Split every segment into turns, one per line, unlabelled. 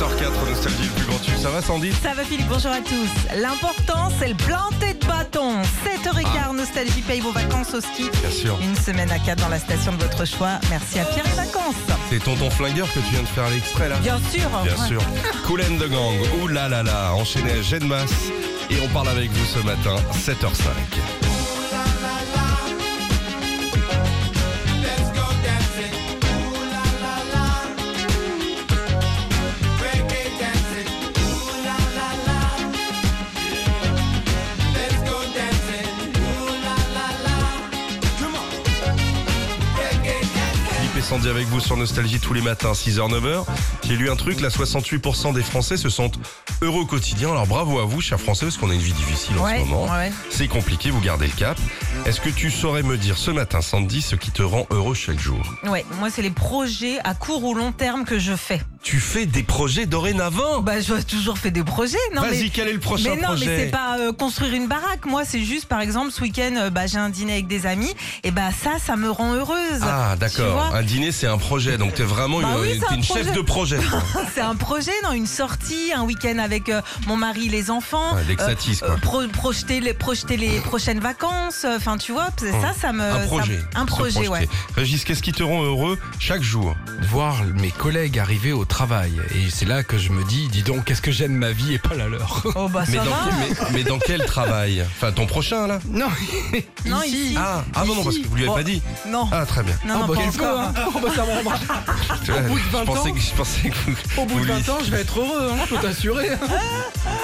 nostalgie le plus grand tube. Ça va, Sandy
Ça va Philippe, bonjour à tous. L'important, c'est le planter de bâton. 7h15, Nostalgie paye vos vacances au ski.
Ah. Bien sûr.
Une semaine à 4 dans la station de votre choix. Merci à Pierre et Vacances.
C'est Tonton Flingueur que tu viens de faire l'extrait, là
Bien sûr.
Bien
Ouais.
sûr. Coulaine de gang, ouh là là là, enchaîné à Jet de Masse. Et on parle avec vous ce matin, 7h05.
Let's go dancing, ooh la la la. Reggae dancing, ooh la la la. Let's go dancing, ooh la la la. Come on, reggae dancing.
Philippe et Sandy avec vous sur Nostalgie tous les matins, 6h, 9h. J'ai lu un truc, là, 68% des Français se sentent heureux au quotidien. Alors bravo à vous, chers Français, parce qu'on a une vie difficile en
Ouais,
ce moment.
ouais, ouais.
C'est compliqué, vous gardez le cap. Est-ce que tu saurais me dire ce matin, Sandy, ce qui te rend heureux chaque jour
Ouais, moi, c'est les projets à court ou long terme que je fais.
Tu fais des projets dorénavant
Bah, je toujours fait des projets. Non,
Vas-y,
mais...
quel est le prochain
mais non,
projet
mais c'est pas euh, construire une baraque. Moi, c'est juste, par exemple, ce week-end, euh, bah, j'ai un dîner avec des amis. Et bah, ça, ça me rend heureuse.
Ah,
Tu
d'accord.
vois
Un dîner, c'est un projet. Donc, t'es vraiment
Bah
une,
oui, c'est
t'es
un
une chef
projet.
de projet. toi.
C'est un projet, non Une sortie, un week-end avec euh, mon mari, les enfants.
Ouais, l'exatis, quoi.
Euh, pro- projeter, les, projeter les prochaines vacances. euh, Enfin, tu vois, c'est ça, ça me.
Hum. un
euh, ça-
projet.
un
Se
projet,
projeter.
ouais.
Régis, qu'est-ce qui te rend heureux chaque jour
voir mes collègues arriver au travail. Et c'est là que je me dis, dis donc, qu'est-ce que j'aime ma vie et pas la leur.
Oh, bah,
mais
ça
dans,
va.
mais- mais dans quel travail Enfin, ton prochain, là
Non,
Non, ici.
Ah, ah bon, non, parce que vous lui avez
Bon.
pas dit.
Non.
Ah, très bien.
Non, non,
Oh, bah,
pas
let's go,
encore.
hein. Oh, bah, ça me rendra-
Euh,
bout de 20
je, pensais
ans-
que, je pensais que vous.
Au bout
vous
de
lui-
20 ans, je vais être heureux, hein, je peux t'assurer.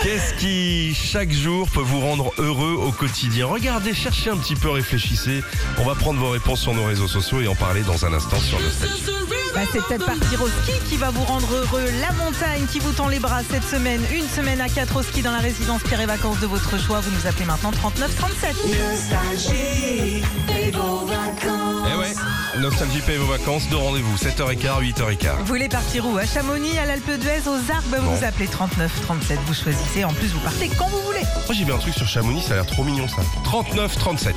Qu'est-ce qui, chaque jour, peut vous rendre heureux au quotidien Regardez, cherchez un petit peu, réfléchissez. On va prendre vos réponses sur nos réseaux sociaux et en parler dans un instant sur le site.
Bah, c'est peut-être partir au ski qui va vous rendre heureux. La montagne qui vous tend les bras cette semaine. Une semaine à 4 au ski dans la résidence Pierre et Vacances de votre choix. Vous nous appelez maintenant 3937.
Eh ouais, Nostalgie paye vos vacances, de rendez-vous, 7h15, 8h15.
Vous voulez partir où À Chamonix, à l'Alpe d'Huez, aux Arbres Vous
Bon.
nous appelez 3937. Vous choisissez. En plus, vous partez quand vous voulez.
Moi j'ai vu un truc sur Chamonix, ça a l'air trop mignon ça. 39 37.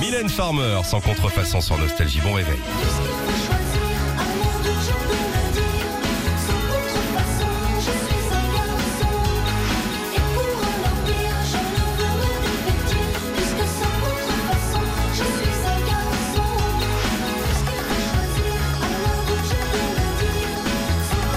Mylène Farmer, sans contrefaçon sur Nostalgie, bon réveil.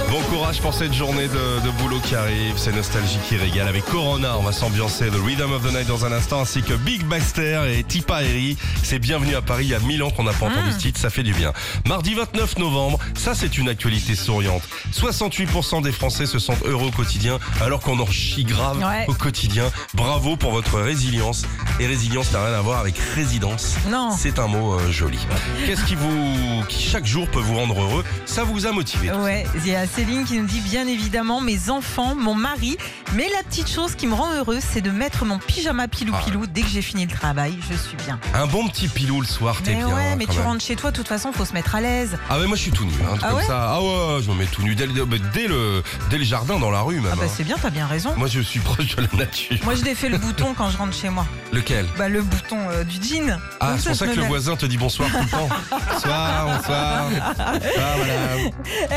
Bon courage pour cette journée de, de boulot qui arrive, c'est Nostalgie qui régale avec Corona, on va s'ambiancer The Rhythm of the Night dans un instant, ainsi que Big Baxter et Tipa Eri. C'est bienvenu à Paris, il y a mille ans qu'on n'a pas entendu
Ah.
ce titre, ça fait du bien. Mardi 29 novembre, ça c'est une actualité souriante. 68% des Français se sentent heureux au quotidien, alors qu'on en chie grave
Ouais.
au quotidien. Bravo pour votre résilience. Et résilience n'a rien à voir avec résidence.
Non.
C'est un mot euh, joli. Qu'est-ce qui vous, qui chaque jour peut vous rendre heureux Ça vous a motivé.
Ouais, il y a Céline qui nous dit bien évidemment mes enfants, mon mari. Mais la petite chose qui me rend heureuse, c'est de mettre mon pyjama
Ah
pilou-pilou dès que j'ai fini le travail. Je suis bien.
Un bon petit pilou le soir, t'es
Mais
bien. hein,
ouais, mais
quand
tu
même.
rentres chez toi, de toute façon, faut se mettre à l'aise.
Ah ouais, moi je suis tout nu. hein,
Ah
comme
ouais
ça. Ah ouais, je me mets tout nu dès le, dès le, dès le jardin, dans la rue même.
Ah bah
hein.
c'est bien, t'as bien raison.
Moi je suis proche de la nature.
Moi, je défais le bouton quand je rentre chez moi.
Lequel
Bah, le bouton euh, du jean.
Ah,
Comme
c'est pour ça
je
que le
me mets-
voisin te dit bonsoir tout le temps. Bonsoir, bonsoir. Ah, voilà.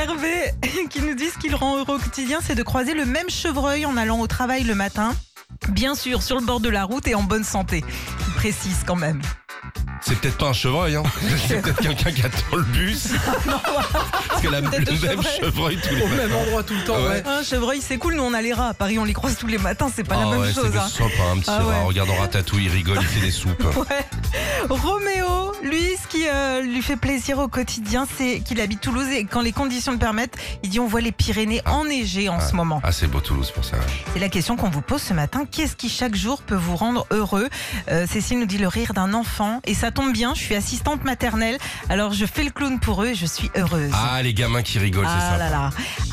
Hervé, qui nous dit ce qu'il rend heureux au quotidien, c'est de croiser le même chevreuil en allant au travail le matin. Bien sûr, sur le bord de la route et en bonne santé. Il précise quand même.
C'est peut-être pas un chevreuil, hein. C'est peut-être quelqu'un qui attend le bus. Parce qu'elle a le même
Peut-être le chevreuil.
chevreuil tous les
Au
matins.
même endroit tout le temps,
Ah ouais.
ouais.
Un chevreuil, c'est cool, nous on a les rats. À Paris, on les croise tous les matins, c'est pas
ah
la même
ouais,
chose.
c'est
hein.
sympa, un petit
Ah ouais.
rat. Regardant Ratatouille, il rigole, il fait des soupes.
Ouais. Roméo, lui, ce qui euh, lui fait plaisir au quotidien, c'est qu'il habite Toulouse et quand les conditions le permettent, il dit on voit les Pyrénées enneigées en ce moment.
Ah, c'est beau Toulouse pour ça.
C'est la question qu'on vous pose ce matin. Qu'est-ce qui chaque jour peut vous rendre heureux Euh, Cécile nous dit le rire d'un enfant. Et ça tombe bien, je suis assistante maternelle. Alors je fais le clown pour eux et je suis heureuse.
Ah, les gamins qui rigolent, c'est
Ah
sympa.
là là.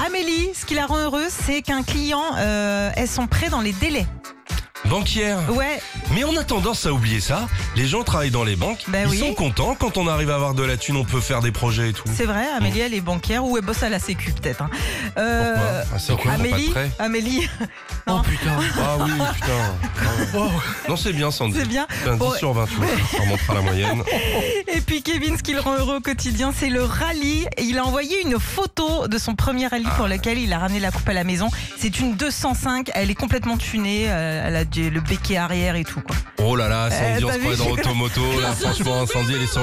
Amélie, ce qui la rend heureuse, c'est qu'un client, euh, elles sont prêts dans les délais.
banquière.
Ouais,
Mais on a tendance à oublier ça. Les gens travaillent dans les banques.
Bah
ils
oui.
sont contents. Quand on arrive à avoir de la thune, on peut faire des projets et tout.
c'est vrai, Amélie, elle est bancaire ou elle bosse à la Sécu peut-être. hein. Euh,
Pourquoi Ah, c'est quoi, ils ont pas de
Amélie,
prêt
Amélie, non,
Oh putain.
Ah oui, putain.
Oh.
Non, c'est bien, Sandy.
c'est bien.
C'est un
Bon,
10 sur 20, tu vois. Ça remontera la moyenne.
Et puis Kevin, ce qui le rend heureux au quotidien, c'est le rallye. Il a envoyé une photo de son premier rallye pour
Ah.
lequel il a ramené la coupe à la maison. C'est une 205, elle est complètement tunée, euh, elle a du- le béquet arrière et tout. Quoi.
Oh là là, Sandy,
Eh,
on
t'as
se
vu,
croirait dans
j'ai-
Automoto. Là, franchement, Sandy, elle est sur